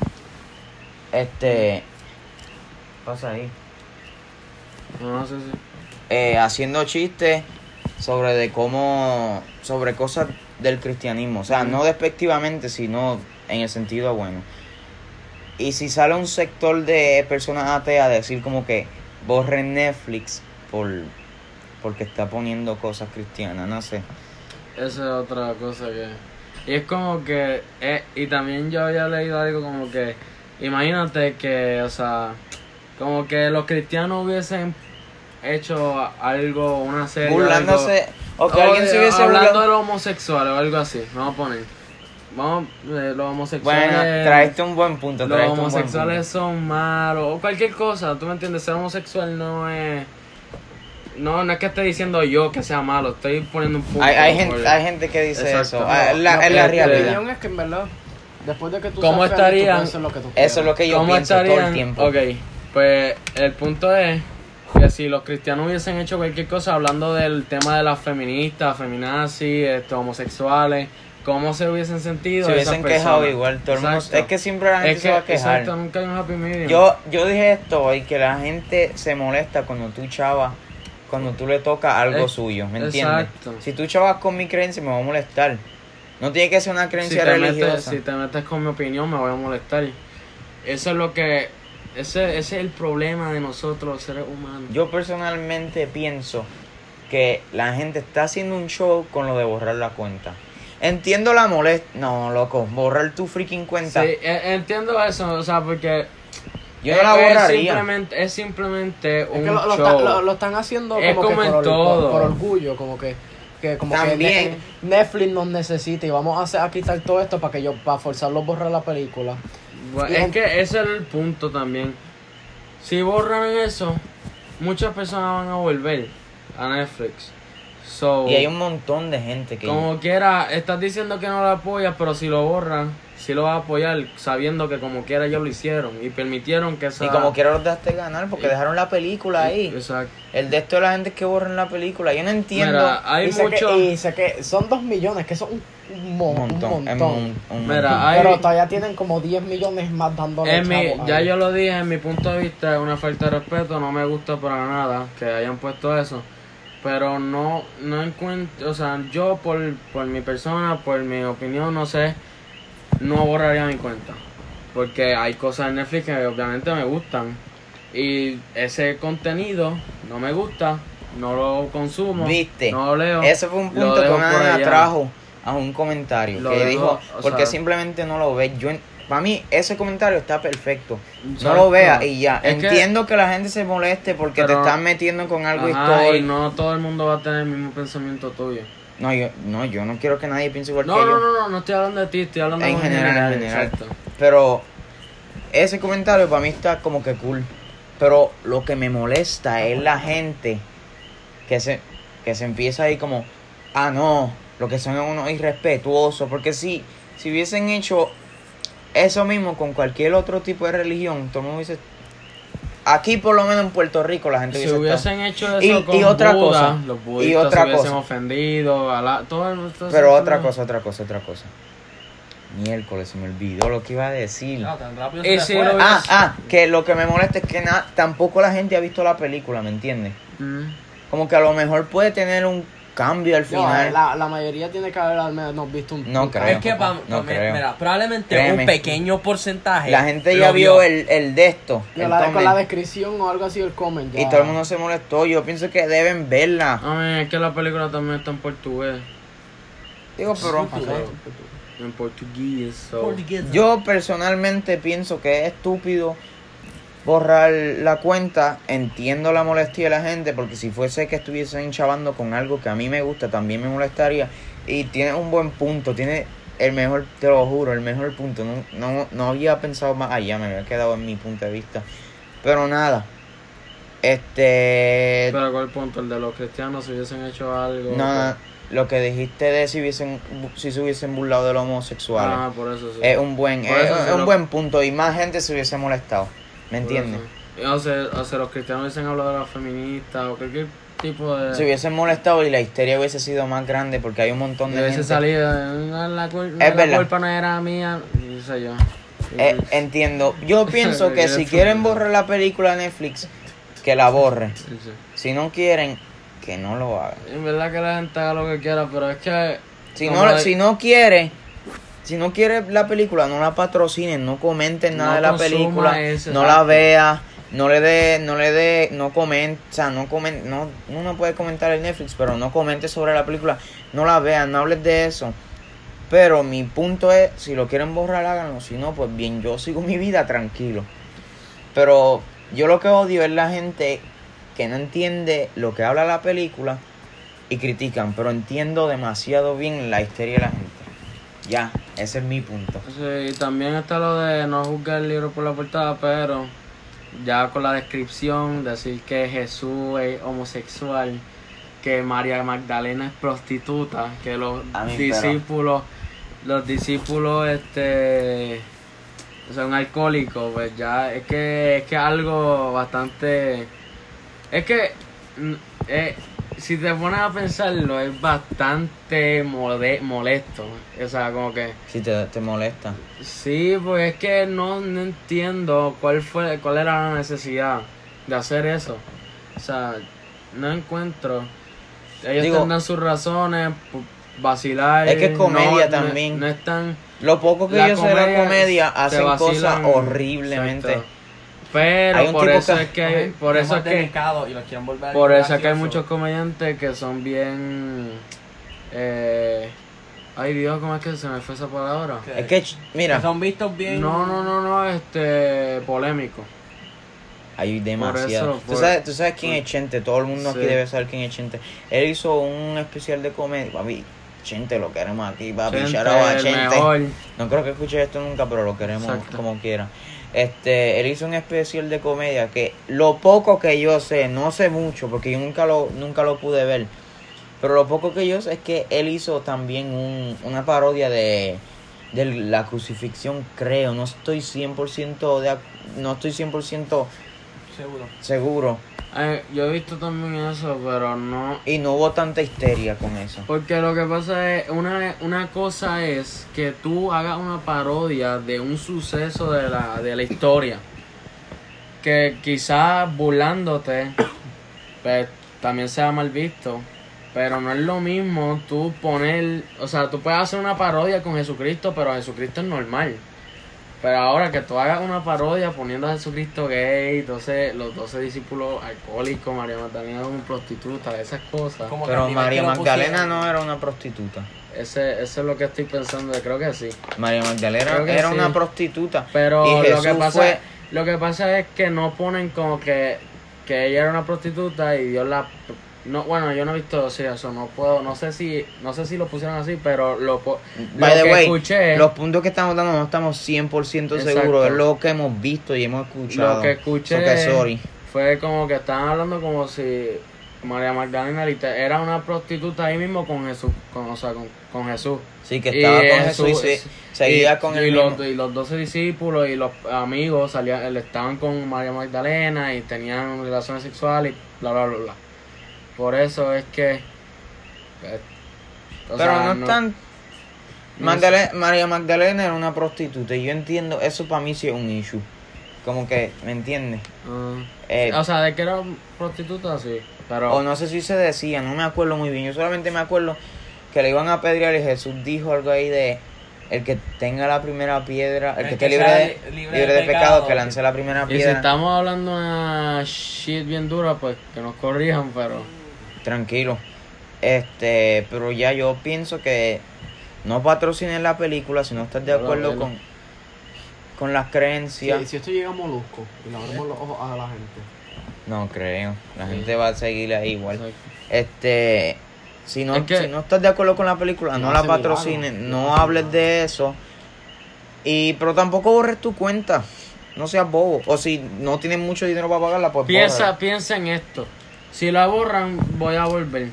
este. Pasa ahí. No sé si. eh, haciendo chistes sobre de cómo sobre cosas del cristianismo, o sea, no despectivamente, sino en el sentido bueno. Y si sale un sector de personas ateas a decir como que borren Netflix por porque está poniendo cosas cristianas, no sé. Esa es otra cosa que. Y es como que. eh, y también yo había leído algo como que. Imagínate que, o sea. Como que los cristianos hubiesen hecho algo, una serie. o Burlándose o algo- que alguien se de- hubiese Hablando burlado- de los homosexuales o algo así. Vamos a poner. Vamos, eh, los homosexuales. Bueno, traiste un buen punto, Los traiste un buen homosexuales son malos. O cualquier cosa, tú me entiendes. Ser homosexual no es. No, no es que esté diciendo yo que sea malo. Estoy poniendo un punto. punto. Hay, hay por- gente, hay gente que dice Exacto. eso, ah, es la, No, es la este, Mi realidad. opinión es que en verdad, después de que tú ¿Cómo seas feliz, tú estarían? puedes hacer lo que tú quieras. Eso es lo que yo ¿Cómo pienso todo estarían? el tiempo. Ok, pues el punto es que si los cristianos hubiesen hecho cualquier cosa hablando del tema de las feministas, feminazis, estos homosexuales, ¿cómo se hubiesen sentido? Se hubiesen esas quejado personas? igual, todo el mundo- Exacto. Es que siempre la gente Es se va a que, quejar. exacto, nunca hay un happy medium. Yo, yo dije esto hoy, que la gente se molesta cuando tú chavas, cuando tú le tocas algo Es- suyo, ¿me entiendes? exacto. Si tú chavas con mi creencia, me va a molestar. No tiene que ser una si creencia te, metes, religiosa. si te metes con mi opinión me voy a molestar. Eso es lo que... Ese, ese es el problema de nosotros los seres humanos. Yo personalmente pienso que la gente está haciendo un show con lo de borrar la cuenta. Entiendo la molestia. No, loco, borrar tu freaking cuenta. Sí, e- entiendo eso, o sea, porque... Yo no la es- es borraría. Simplemente, es simplemente un Es que lo, lo show. está- lo- lo están haciendo Es como, como que en por, ol- por- todo. por orgullo, como que, que como También. que ne- Netflix nos necesita y vamos a, hacer, a quitar todo esto para que yo para forzarlos a borrar la película. Bueno, Y es en- que ese es el punto también. Si borran eso, muchas personas van a volver a Netflix. So, Y hay un montón de gente que. como quiera, estás diciendo que no lo apoyas, pero si lo borran, si lo vas a apoyar, sabiendo que como quiera ellos lo hicieron y permitieron que esa... Y como quiera los dejaste ganar porque dejaron la película ahí. Exacto. El de esto de la gente que borran la película, yo no entiendo. Mira, hay y, sé mucho... que, y sé que son dos millones, que son un, un mo- un montón, un es montón. mon- un Mira, montón. hay- Pero todavía tienen como 10 millones más dándole En mi- chavo a- ya yo lo dije, en mi punto de vista es una falta de respeto, no me gusta para nada que hayan puesto eso. Pero no, no encuentro, o sea, yo por, por mi persona, por mi opinión, no sé, no borraría mi cuenta. Porque hay cosas en Netflix que obviamente me gustan. Y ese contenido no me gusta, no lo consumo, Viste, no lo leo. Ese fue un lo punto que dejo una por nena allá. trajo a un comentario Lo que dejo, dijo, o porque sea- simplemente no lo ves. Yo, para mí, ese comentario está perfecto. No Exacto. lo veas y ya. Es que- Entiendo que... la gente se moleste porque te Pero- están metiendo con algo Ajá, y histórico. no todo el mundo va a tener el mismo pensamiento tuyo. No, yo, no, yo no quiero que nadie piense igual No, que no, yo. no, no, no estoy hablando de ti, estoy hablando En de general, en general. Exacto. Pero ese comentario para mí está como que cool. Pero lo que me molesta es la gente que se, que se empieza ahí como, ah, no, lo que son es unos irrespetuosos. Porque si, si hubiesen hecho eso mismo con cualquier otro tipo de religión, todo el mundo hubiese- Aquí, por lo menos en Puerto Rico, la gente Si hubiese estado- hubiesen hecho eso Y- con y otra Buda, cosa, los y budistas otra se hubiesen cosa. ofendido, a la- todo el- todo ese Pero otra tema. cosa, otra cosa, otra cosa. Miércoles, se me olvidó lo que iba a decir. No, Ah, tan rápido Y se si te fue. lo- Ah, ah, que lo que me molesta es que na- tampoco la gente ha visto la película, ¿me entiendes? Mm. Como que a lo mejor puede tener un cambio al No, eh, final. la, la mayoría tiene que haber al menos visto un No un- creo. Es que pa- No pa- mi- creo. mira, probablemente Créeme. un pequeño porcentaje. La gente lo ya vio el, el de esto. Yo el la- con thumbnail, la descripción o algo así, el comment. ya. y todo el mundo se molestó. Yo pienso que deben verla. A mí es que la película también está en portugués, Digo, pero en portugués, so. Portugués. yo personalmente pienso que es estúpido borrar la cuenta. Entiendo la molestia de la gente porque si fuese que estuviesen chavando con algo que a mí me gusta, también me molestaría. Y tiene un buen punto. Tiene el mejor, te lo juro, el mejor punto. No, no, no había pensado más allá, me había quedado en mi punto de vista. Pero nada. Este. Pero ¿cuál punto? El de los cristianos si hubiesen hecho algo. No, no, lo que dijiste de si hubiesen si se hubiesen burlado de los homosexuales Ah, por eso sí. es un buen Por es eso se un lo- buen punto y más gente se hubiese molestado, ¿me Por entiendes? eso. O sea, o sea, los cristianos hubiesen hablado de las feministas o cualquier tipo de... Se hubiesen molestado y la histeria hubiese sido más grande porque hay un montón de hubiese gente. salido, eh, no, la, cul- no, Es la verdad. culpa no era mía, y qué sé yo. Eh, entiendo. Yo pienso que si quieren borrar la película de Netflix, que la borren. Sí, sí. Si no quieren, que no lo hagan. En verdad que la gente haga lo que quiera, pero es que... Si como no, de- si no quiere, si no quiere la película, no la patrocinen, no comenten nada No de la consuma película, eso, no exacto. la vea, no le dé, no le dé, no comenta, no comen, no, uno puede comentar en Netflix, pero no comente sobre la película, no la vean, no hables de eso. Pero mi punto es, si lo quieren borrar, háganlo, si no, pues bien, yo sigo mi vida tranquilo. Pero yo lo que odio es la gente que no entiende lo que habla la película y critican, pero entiendo demasiado bien la histeria de la gente. Ya, ese es mi punto. Sí, y también está lo de no juzgar el libro por la portada, pero ya con la descripción, decir que Jesús es homosexual, que María Magdalena es prostituta, que los A mí, pero- discípulos, los discípulos este son alcohólicos, pues ya es que es que algo bastante es que mm, eh, si te pones a pensarlo es bastante mode- molesto, o sea, como que Si te, te molesta. Sí, pues es que no, no entiendo cuál fue cuál era la necesidad de hacer eso. O sea, no encuentro. Ellos Digo- tendrán sus razones, pu- vacilar. Es que es comedia también. No, están. Lo poco que La yo sé de la comedia comedia te hacen cosas vacilan, horriblemente. exacto. Pero Hay un por tipo eso que- es que por eso es que y los quieren volver por eso es que hay muchos comediantes que son bien eh, ay Dios, ¿cómo es que se me fue esa palabra? Es que, ch- mira, son vistos bien. No, no, no, no, este polémico. hay demasiado. eso, ¿Tú, por- sabes, tú sabes quién es Chente, todo el mundo aquí Sí. debe saber quién es Chente. Él hizo un especial de comedia. Papi, Chente, lo queremos aquí, papi. Chente, shout out a el Chente. mejor. No creo que escuche esto nunca, pero lo queremos Exacto. como quiera. Este, él hizo un especial de comedia que lo poco que yo sé, no sé mucho, porque yo nunca lo, nunca lo pude ver. Pero lo poco que yo sé es que él hizo también un- una parodia de, de la crucifixión, creo. No estoy 100% de, ac- no estoy 100% Seguro. seguro. Ay, Eh, yo he visto también eso, pero no. Y no hubo tanta histeria con eso. Porque lo que pasa es, una, una cosa es que tú hagas una parodia de un suceso de la, de la historia. Que quizás burlándote, pues también sea mal visto. Pero no es lo mismo tú poner, o sea, tú puedes hacer una parodia con Jesucristo, pero Jesucristo es normal. Pero ahora que tú hagas una parodia poniendo a Jesucristo gay, 12, los 12 discípulos alcohólicos, María Magdalena como prostituta, esas cosas. Como que Pero al nivel María que lo Magdalena pusieron. no era una prostituta. Ese, eso es lo que estoy pensando, creo que sí. María Magdalena Creo que era sí. una prostituta. Pero y lo Jesús que pasa fue- lo que pasa es que no ponen como que, que ella era una prostituta y Dios la no bueno, yo no he visto sí, eso, no puedo, no sé si no sé si lo pusieron así, pero lo, po- By lo the que way, escuché, los puntos que estamos dando no estamos 100% seguros, Exacto. es lo que hemos visto y hemos escuchado. Lo que escuché- So que sorry. fue como que estaban hablando como si María Magdalena lite- era una prostituta ahí mismo con Jesús, con, o sea, con, con Jesús. Sí, que Y estaba con Jesús, Jesús- y se- seguía y, con y el los, mismo. y los 12 discípulos y los amigos salían, le estaban con María Magdalena y tenían relaciones sexuales y bla, bla, bla, bla. Por eso es que... eh, o Pero sea, no están... no Magdalena- María Magdalena era una prostituta y yo entiendo, eso para mí sí es un issue. Como que, ¿me entiendes? Ah. Eh, o sea, de que era prostituta, sí. Pero... o no sé si se decía, no me acuerdo muy bien. Yo solamente me acuerdo que le iban a pedrear y Jesús dijo algo ahí de... El que tenga la primera piedra, el, El que, que esté libre sea de, li- libre de pecado, que lance la primera y si piedra. estamos hablando una shit bien dura, pues que nos corrijan, pero... Tranquilo. Este, pero ya yo pienso que no patrocinen la película si no estás de No la acuerdo veo. con, con las Si, creencias. si esto llega a Molusco y le abrimos los ojos a la gente. No creo. La Sí. gente va a seguir ahí igual. o sea, Este, si no, Es que- si no estás de acuerdo con la película, no, No la hace milagro. patrocines, No no hace hables milagro. de eso. Y pero tampoco borres tu cuenta. No seas bobo. O si no tienes mucho dinero para pagarla, pues Piensa, bórrala. piensa en esto. Si la borran, voy a volver.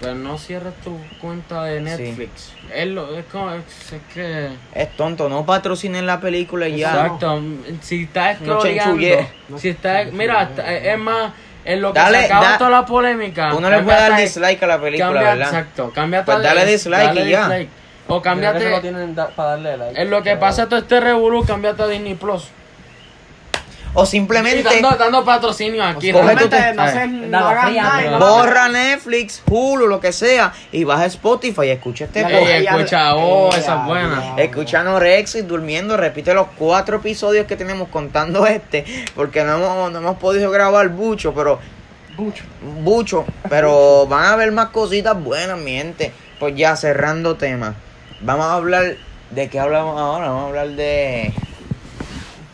Pues no cierres tu cuenta de Netflix. Es, lo, es, como, es, es que... Es tonto, no patrocinen la película y ya. Exacto. Si estás No scrolleando, chanchulle. si estás... Mira, es más... En lo que Dale, se acaba da- toda la polémica. Uno le puede dar cámbiate- dislike a la película, cambia, ¿verdad? Exacto, cámbiate Pues dale dislike y ya. O Creo que eso lo cámbiate. tienen da- para darle like. En lo que Pero- pasa todo este revolú, cámbiate a Disney Plus. O Y simplemente dando, dando patrocinio aquí. Coge realmente. tu- Realmente, no sé, no Nada, hagan fría, nada y pero- no- borra Netflix, Hulu, lo que sea, y baja Spotify y escucha este Ya, podcast. Ey, escucha, oh, esa Ey, es ya, buena. ya. Escuchando Rex y durmiendo, repite los cuatro episodios que tenemos contando este, porque no hemos, no hemos podido grabar mucho, pero Mucho. mucho, pero van a haber más cositas buenas, mi gente. Pues ya cerrando tema, vamos a hablar de qué hablamos ahora, vamos a hablar de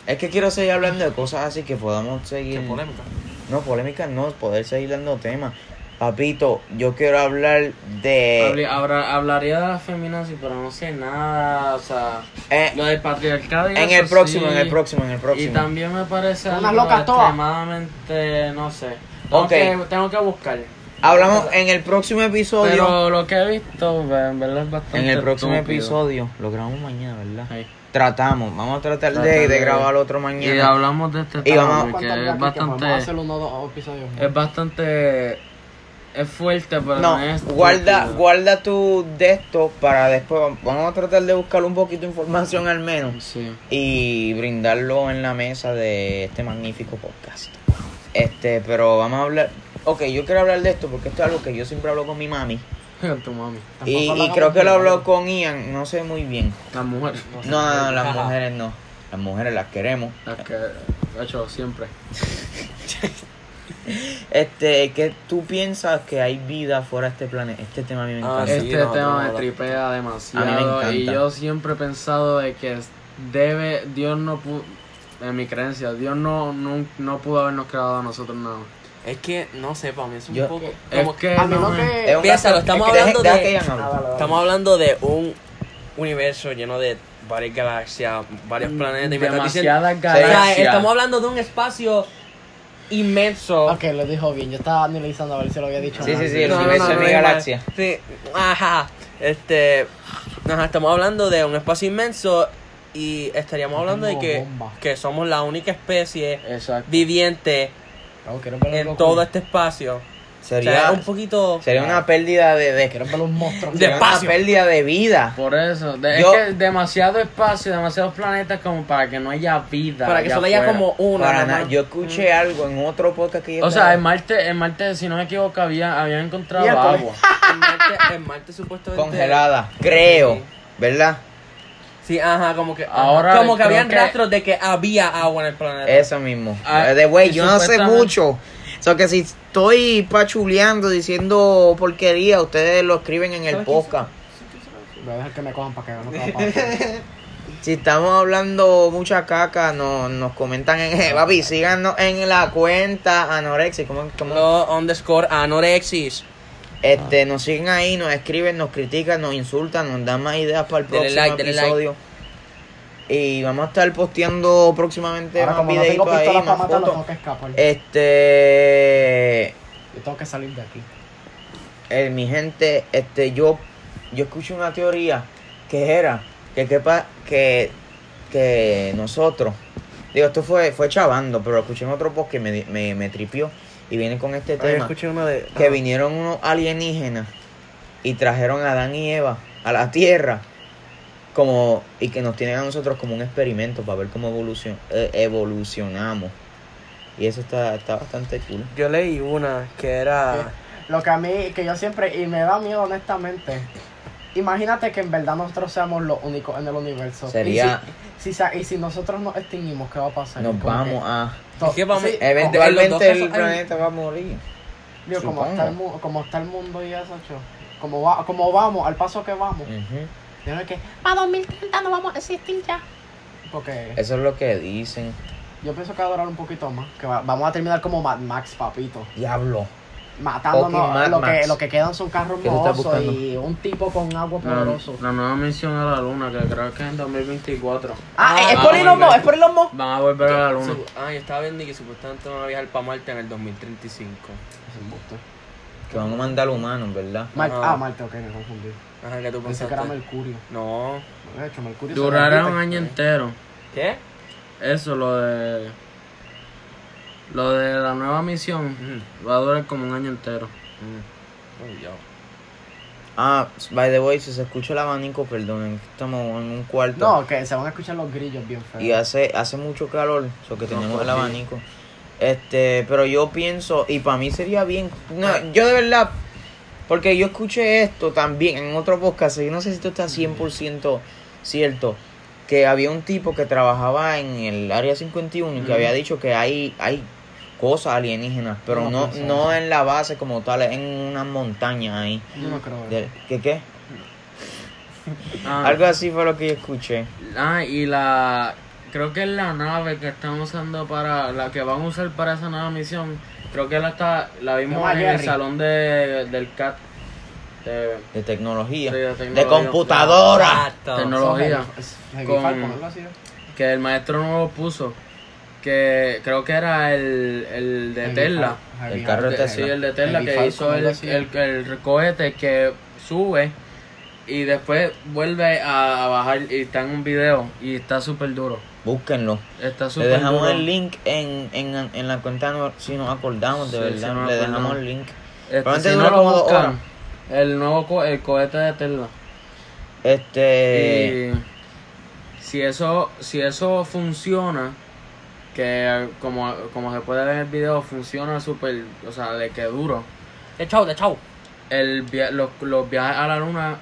es que quiero seguir hablando de cosas así que podamos Qué seguir. polémica. No, polémica no, poder seguir dando temas. Papito, yo quiero hablar de Habli- habra- hablaría de las feminazis, pero no sé nada. O sea, eh, lo del patriarcado. y en eso el próximo, sí. en el próximo, en el Y próximo. también me parece Unas algo locas todas. extremadamente. No sé. Tengo, Ok. que, tengo que buscar. Hablamos en el próximo episodio. Pero lo que he visto, en verdad es bastante. en el próximo estúpido. episodio, lo grabamos mañana, ¿verdad? Ahí. Tratamos, vamos a tratar de, Tratar de de- grabar otro Y mañana. hablamos de este Y tema, vamos- porque ¿Cuántas es veces aquí que Vamos a hacer bastante, uno o dos episodios. es bastante, es fuerte, pero No, es guarda, estúpido. guarda tu de esto para después. Vamos a tratar de buscar un poquito de información al menos Sí. y brindarlo en la mesa de este magnífico podcast. Este, pero vamos a hablar. Ok, yo quiero hablar de esto porque esto es algo que yo siempre hablo con mi mami. Con tu mami, Y, Tampoco y hablamos creo que de- lo hablo con Ian, no sé muy bien. la mujer, No, no, no, las mujeres no. Las mujeres las queremos. la que ha hecho siempre. Este, que tú piensas que hay vida fuera de este planeta? Este tema a mí me Ah, encanta. sí, este no, no, tema no. me tripea A mí me demasiado encanta. y yo siempre he pensado de que debe, Dios no pudo, en mi creencia, Dios no, no, no pudo habernos creado a nosotros nada. Es que, no sé, para mí es un Yo- poco... Es como- que A mí no lo me- Es que. un Piénsalo, gasto- estamos es que deja- hablando deja de- que Ian hable. Ah, dale, dale. Estamos hablando de un universo lleno de varias galaxias, varios planetas y me estás diciendo- demasiadas O sea, galaxias. estamos hablando de un espacio inmenso. Ok, lo dijo bien. Yo estaba analizando a ver si lo había dicho. Sí, mal. sí, sí, el universo es mi es galaxia. mal. Sí, ajá. Este, ajá, estamos hablando de un espacio inmenso y estaríamos hablando de Tengo que, bomba. que somos la única especie Exacto. viviente Bravo, quiero ver en algo todo cool. este espacio. O sea, Sería, es un poquito... sería una pérdida de, de, Quiero ver los monstruos. sería una espacio. pérdida de vida. Por eso, de- Yo- es que demasiado espacio, demasiados planetas como para que no haya vida. para que allá solo haya afuera. como una. Para nada nada. más. Mm. Yo escuché algo en otro podcast que yo O sea, estaba- en Marte, en Marte, si no me equivoco, había, habían encontrado Miércoles. agua. En Marte, en Marte supuestamente... congelada, creo, ¿verdad? Sí, ajá, como que... ajá. Ahora como que creo habían que- rastros de que había agua en el planeta. Eso mismo. Eh, Ah, de güey, y yo no sé supuestamente- mucho. O sea, que si estoy pachuleando, diciendo porquería, ustedes lo escriben en el ¿Sabes qué hizo? podcast. Voy a dejar que me cojan para que hagamos todo para- Si estamos hablando mucha caca, no, nos comentan en... Papi, síganos en la cuenta Anorexia. ¿Cómo, cómo? Lo underscore anorexis. Este, nos siguen ahí, nos escriben, nos critican, nos insultan, nos dan más ideas para el Dele próximo like, dele like. episodio. Y vamos a estar posteando próximamente Ahora, más como no tengo videitos ahí, Eh. pistolas para más matarlo, fotos. tengo que escapar. Este, Yo tengo que salir de aquí. eh, mi gente, este, yo, yo escuché una teoría que era que que, pa- que, que nosotros, digo, esto fue, fue chavando, pero escuché en otro podcast que me, di- me, me tripió y viene con este tema. uno de... que vinieron unos alienígenas y trajeron a Adán y Eva a la Tierra como y que nos tienen a nosotros como un experimento para ver cómo evolucion- eh, evolucionamos. Y eso está, está bastante cool. Yo leí una que era... Lo que a mí, que yo siempre, y me da miedo honestamente. Imagínate que en verdad nosotros seamos los únicos en el universo. Sería- Y si, si sa- y si nosotros nos extinguimos, ¿qué va a pasar? Nos Como vamos a to- Es que vamos- sí, Eh, Event- como- en los dos eventualmente el casos hay- planeta va a morir. digo, como, está el, mu- como está el mundo y eso, cho. Como, va, como vamos, al paso que vamos. Ujú. Yo no es que, Para 2030 no vamos a existir ya. porque Eso es lo que dicen. yo pienso que va a durar un poquito más. Que va- vamos a terminar como Mad Max, papito. Diablo. Fucking Mad Matándonos. Lo que, Max. lo que quedan son carros ¿Qué tú estás mohosos buscando? y un tipo con agua La, poderoso. la nueva misión a la luna, que creo que es en 2024. Ah, Ah, es ah, por Elon muy Musk, bien. es por Elon Musk. Van a volver a la luna. Su- Ah, yo estaba viendo que supuestamente van a viajar para Marte en el 2035. Que van a mandar humanos, ¿verdad? Mar- Ajá. ah, Marte, ok, me confundí. Ajá, ¿qué tú Pensé que era pensaste? Mercurio. No. De hecho, Mercurio se Durará derrite. un año entero. ¿Qué? Eso, lo de. Lo de la nueva misión va a durar como un año entero. Uy, ya. Ah, by the way, si se escucha el abanico, perdonen. Estamos en un cuarto. No, que se van a escuchar los grillos bien feos. Y hace, hace mucho calor, so que tenemos el abanico. Este, pero yo pienso, y para mí sería bien. no, Ah. yo de verdad, porque yo escuché esto también en otro podcast, y yo no sé si esto Mm. está 100% cierto, que había un tipo que trabajaba en el área 51 Mm. y que había dicho que hay, hay cosas alienígenas, pero No, no, pues, no en la base como tal, es en una montaña ahí. Yo no creo. De- ¿Qué qué? Ah, Algo así fue lo que yo escuché. ah, y la. Creo que es la nave que están usando para. La que van a usar para esa nueva misión. Creo que la, está, la vimos Toma, en el Jerry. salón de, del CAT. De De tecnología. Sí, de de tecnología. computadora. Exacto. tecnología. Es Con- Falcon, algo así. ¿no? Que el maestro nuevo puso. Que creo que era el, el de Heavy Tesla. Fal- Heavy El carro de Te- Falcon. Tesla. sí, el de Tesla Heavy que Falcon, hizo el, algo así. el, el cohete que sube y después vuelve a, a bajar y está en un video y está súper duro. Búsquenlo. Está Le súper dejamos duro. el link en, en, en la cuenta no- si nos acordamos, de Sí, verdad. si nos Le dejamos acordamos. el link. Este, Pero antes si no duró lo como dos buscan, horas. el nuevo co- el cohete de Tesla. Este. Eh, Y si eso, si eso funciona, que como, como se puede ver en el video, funciona súper, o sea, de que duro. De chau, de chau. el via- los, los viajes a la luna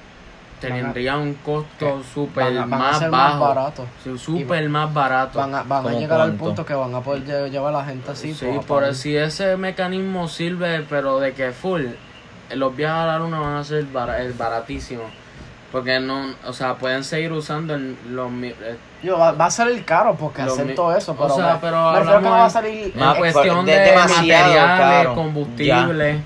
tendrían un costo súper Van a- van a pues, más ser más bajo. baratos. Sí, Súper más barato. Van a, van a ¿Cómo llegar al cuánto? punto que van a poder lle- llevar a la gente así. sí, por- por por- si ese mecanismo sirve, pero de que full, eh, los viajes a la luna van a ser bara- eh, baratísimos. Porque no, o sea, pueden seguir usando el- los mi- eh, Yo, va, va a salir caro porque Lo mi- hacer todo eso, o pero, sea, me- pero me refiero que no hablamos va a de- salir... eh, Ma- en cuestión Eh, de- de, demasiado materiales, caro. combustible,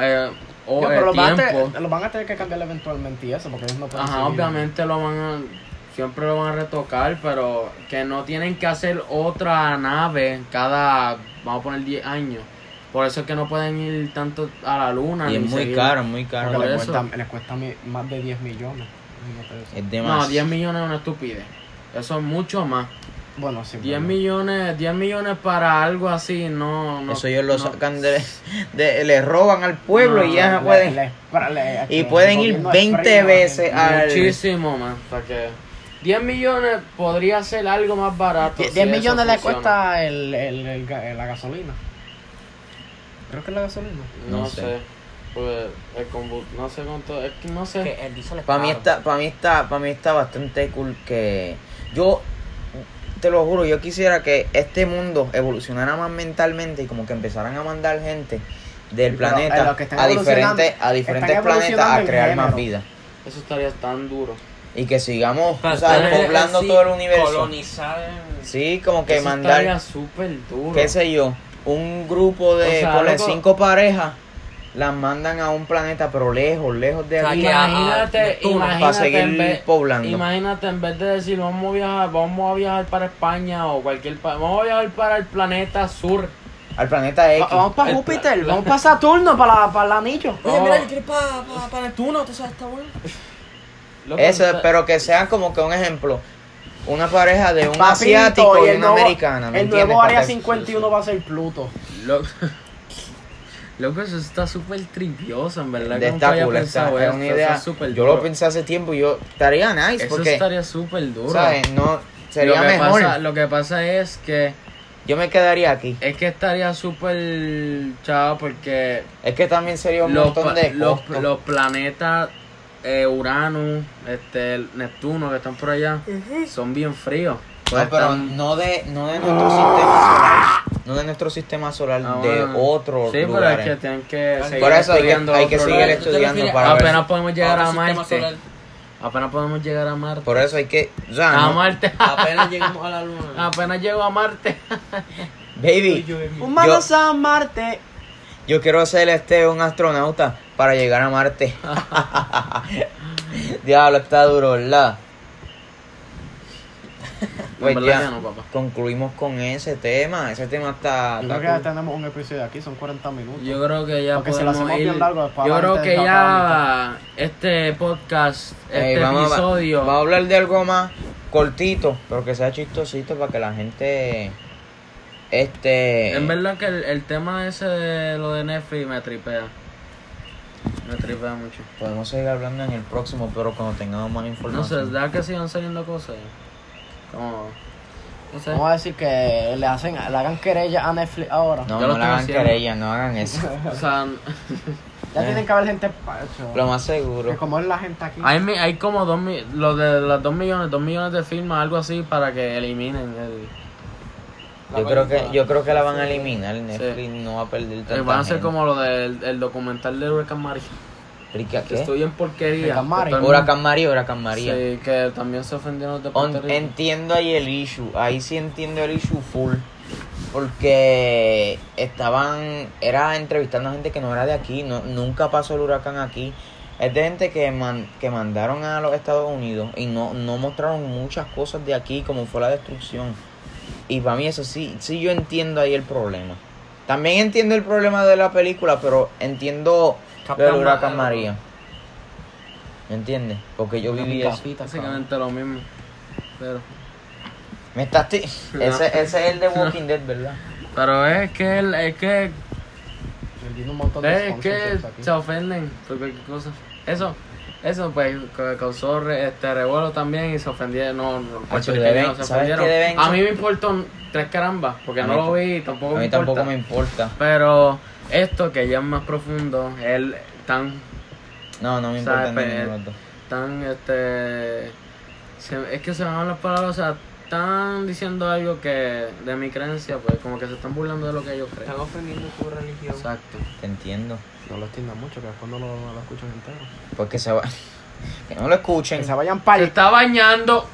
eh, o Yo, eh, pero lo van, a te- tiempo. lo van a tener que cambiar eventualmente y eso, porque ellos no pueden Ajá, seguir. obviamente lo van a. Siempre lo van a retocar, pero que no tienen que hacer otra nave cada. Vamos a poner 10 años. Por eso es que no pueden ir tanto a la luna. y es ni muy seguir- caro, muy caro. Porque por les eso. cuesta, les cuesta mi- más de 10 millones. Imagínate eso. Es No, demasiado. 10 millones es una estupidez. Eso es mucho más. Bueno, sí. 10 bueno. millones, 10 millones para algo así, no. no Eso ellos lo no. sacan de, de- Le roban al pueblo No, y ya Le- pueden. le- para- le- y el pueden ir gobierno 20 exprime, veces gente. al. Muchísimo más. Para que 10 millones podría ser algo más barato. Die- 10 si eso millones le funciona. cuesta el, el- el ga- la gasolina. Creo que es la gasolina. No, No sé. sé. Pues, el combu- no sé cuánto, es que no sé. Que el diesel es Para mí caro. está, para mí está, para mí está bastante cool que yo te lo juro, yo quisiera que este mundo evolucionara más mentalmente y como que empezaran a mandar gente del Pero, eh, planeta los que están a diferentes evolucionando- a diferentes están planetas evolucionando a en crear más vida género. Eso estaría tan duro. y que sigamos, Ah, Para o sea, estar poblando así, todo el universo. Colonizar. Sí, como que Eso estaría mandar, súper duro. qué sé yo, un grupo de O sea, ponle, loco- cinco parejas las mandan a un planeta pero lejos, lejos de O sea, aquí. que a- a Imagínate, Neptuno, imagínate para seguir en vez, poblando. Imagínate en vez de decir vamos a viajar, vamos a viajar para España o cualquier pa- vamos a viajar para el planeta sur. Al planeta Ah, X. Va- vamos para El- Júpiter, vamos para Saturno, para, para el anillo. Oye, No. mira, yo quiero ir para pa, pa Neptuno, tú sabes, está bueno. Loco, Eso, está- pero que sea como que un ejemplo. Una pareja de un Papito, asiático y, el una nuevo- americana. ¿me El entiendes? nuevo área Porque- 51 va a ser Pluto. lo- Loco, eso está súper trivioso, en verdad. que de nunca había esta cool, esta- pensado era esto, una eso idea. es súper yo lo duro. pensé hace tiempo y yo estaría nice Eso porque, estaría súper duro. ¿sabes? No, lo sería que mejor. Pasa, lo que pasa es que Yo me quedaría aquí. Es que estaría súper chavo porque Es que también sería un los, pa- montón de los, costos. los planetas eh, Urano, este, el Neptuno que están por allá son bien fríos. Pues no, pero están- no de, no de nuestro sistema solar. No de nuestro sistema solar, ah, de bueno. otro Sí, pero es lugares. que tienen que seguir Por eso hay que, estudiando hay que otro seguir lugar. estu- estudiando refieres para ver. Apenas podemos llegar Ahora a sistema este. Marte. solar. Apenas podemos llegar a Marte. Por eso hay que. o sea, a Ah, no- Marte. Apenas llegamos a la luna. Apenas llego a Marte. Baby, Humanos a Marte. Yo quiero ser este un astronauta para llegar a Marte. Diablo, está duro, ¿verdad? Pues verdad ya que no, papá. concluimos con ese tema. Ese tema está. Ah, Yo está creo que ya cool. tenemos un episodio aquí, son 40 minutos. Yo creo que ya Porque si lo podemos hacemos ir. bien largo, después yo la creo gente que no acaba ya este podcast, este Ey, vamos a- episodio. vamos a hablar de algo más cortito, pero que sea chistosito para que la gente. Este. En verdad que el, el tema ese de lo de Netflix me tripea. Me tripea mucho. Podemos seguir hablando en el próximo, pero cuando tengamos más No sé, información. deja que sigan saliendo cosas. Como. No sé. Vamos a decir que le hacen, le hagan querella a Netflix ahora. No, Ya no, lo le están hagan haciendo. querella, no hagan eso. O sea, Ya eh. tienen que haber gente pa' eso. Lo más Que seguro. como es la gente aquí. hay, mi- hay como dos mi- lo de las dos millones, dos millones de firmas, algo así para que eliminen el. Yo creo que, yo creo que la van a eliminar. Netflix no va a perder eh, tanta van a ser gente. como lo del el documental de Huracán María. Rica, ¿qué? Que estoy en porquería. Huracán María. Que todo el Huracán María, Huracán María. Sí, que también se ofendieron de On- Puerto Rico. entiendo ahí el issue, ahí sí entiendo el issue full. Porque estaban, era entrevistando a gente que no era de aquí, no, nunca pasó el huracán aquí. Es de gente que, man- que mandaron a los Estados Unidos y no, no mostraron muchas cosas de aquí, como fue la destrucción. Y para mí eso sí, sí yo entiendo ahí el problema. También entiendo el problema de la película, pero entiendo lo del Capitán huracán Ma- María. ¿Me entiendes? Porque yo viví eso. Básicamente lo mismo. Pero, Me estás ti- ese, ese es el de Walking Dead, ¿verdad? pero es que el- es que Perdiendo un montón de es que sponsorships aquí. se ofenden por cualquier cosa. Eso, eso pues ca- causó re- este revuelo también y se ofendieron, no, no, Ah, puertorriqueños deben- se ¿sabes ofendieron. qué deben- A mí me importó un- tres carambas, porque A no mí lo t- vi y tampoco A me mí importa. tampoco me importa. Pero esto que ya es más profundo, él tan No, no me ¿Sabes? importa pues, ninguno de los dos. tan este se- es que se me van las palabras, o sea, están diciendo algo que de mi creencia, pues como que se están burlando de lo que yo Están creo. ofendiendo tu religión. Exacto. Te entiendo. No lo extiendan mucho, que después no lo, no lo escuchan entero. Porque se va... Que no lo Que escuchen. se vayan Se para está bañando.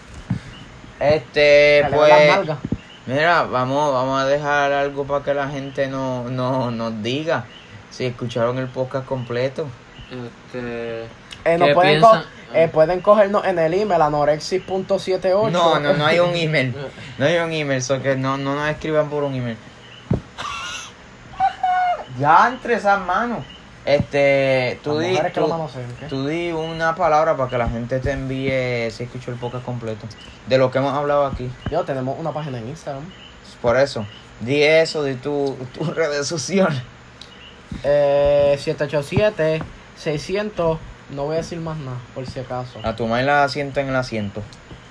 Este, las pues... nalgas. Mira, vamos, vamos a dejar algo para que la gente no, no, nos diga si escucharon el podcast completo. Este Eh, nos ¿Qué pueden, co- piensan? eh, pueden cogernos en el email anorexis.78. No, no, no hay un email. No hay un email, so que no, no nos escriban por un email. Ya entre esas manos. Este, tú Las di, mujeres que lo tú- manosean, ¿qué? Tú di una palabra para que la gente te envíe si escuchó el podcast completo. De lo que hemos hablado aquí. Yo, tenemos una página en Instagram. Por eso. Di eso, di tu, tu redes sociales. Eh, 787 600 no voy a decir más nada, por si acaso. A tu mail la asiento en el asiento.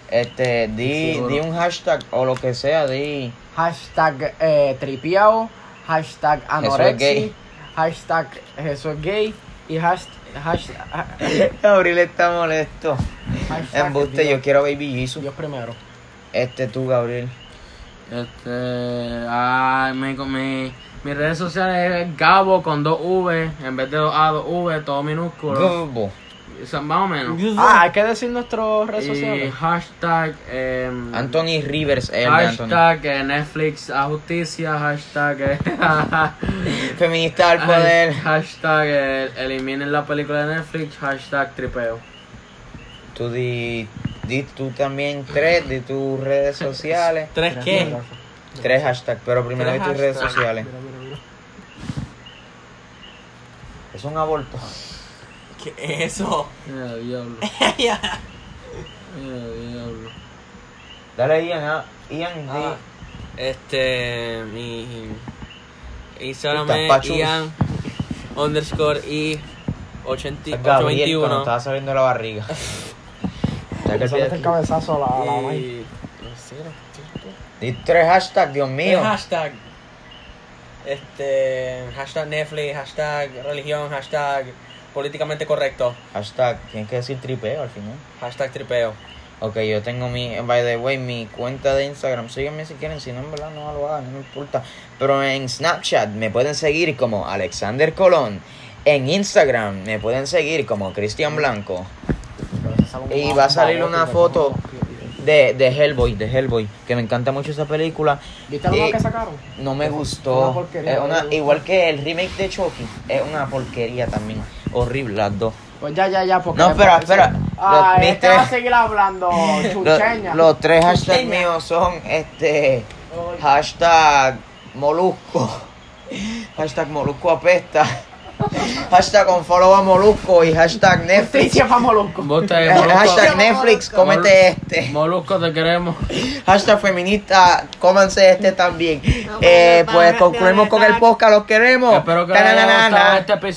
Este, di, Seguro. di un hashtag o lo que sea, di. Hashtag eh, tripiao, hashtag anorexis, gay. hashtag eso es gay y hashtag... hashtag, Abril está molesto. Embuste, yo Dios, quiero Baby Jesus. Dios primero. Este tú, Gabriel. Este. Ah, mi, mi, mis redes sociales es Gabo con dos V en vez de dos A, dos V, todo minúsculo. Gabo. O sea, más o menos. Ah, hay que decir nuestros redes Y sociales. hashtag. em, Anthony Rivers, el de Anthony. Hashtag eh, Netflix a justicia, hashtag. eh, Feminista al poder. Hashtag eh, eliminen la película de Netflix, hashtag tripeo. Tú di, di tú también tres, de tus redes sociales. ¿Tres qué? Tres hashtags, pero primero de Tres tus redes hashtags. sociales. Es un aborto. ¿Qué es eso? Mira, diablo. Mira, diablo. Dale Ian, ah, Ian, di- Ah, este, mi Instagram Estás es pachus. Ian underscore y 80 Gabriel cuando 821. estaba saliendo la barriga. Saca el pie de Sálvate el aquí. este cabezazo a la, a la vaina. Y no sé, no sé, tú. Di tres hashtags, Dios mío. El hashtag. Este, hashtag Netflix, hashtag religión, hashtag políticamente correcto, Hashtag, tienes que decir tripeo al final. hashtag tripeo. Ok, yo tengo mi, by the way, mi cuenta de Instagram. Síganme si quieren, si no, en verdad no lo hagan, no me importa. Pero en Snapchat me pueden seguir como Alexander Colón. En Instagram me pueden seguir como Cristian Blanco. Y va a salir una foto de, de Hellboy, de Hellboy, que me encanta mucho esa película. ¿Viste lo nuevo Y que sacaron? No me Una gustó. porquería, Es no me una- gustó. igual que el remake de Chucky, es una porquería también. Horrible las dos. Pues ya, ya, ya, porque... No, espera, espera. Ay, mis este va a tres- seguir hablando Los, chucheña. los tres hashtags míos son este hashtag molusco, hashtag molusco apesta, hashtag con follow a molusco y hashtag Netflix. Justicia para Molusco. Vos te- Eh, Molusco- hashtag Netflix, cómete este. Molusco, te queremos. Hashtag feminista, cómanse este también. Eh, pues concluimos con el podcast, los queremos. Espero que les haya Ta-na-na-na-na. gustado este episodio.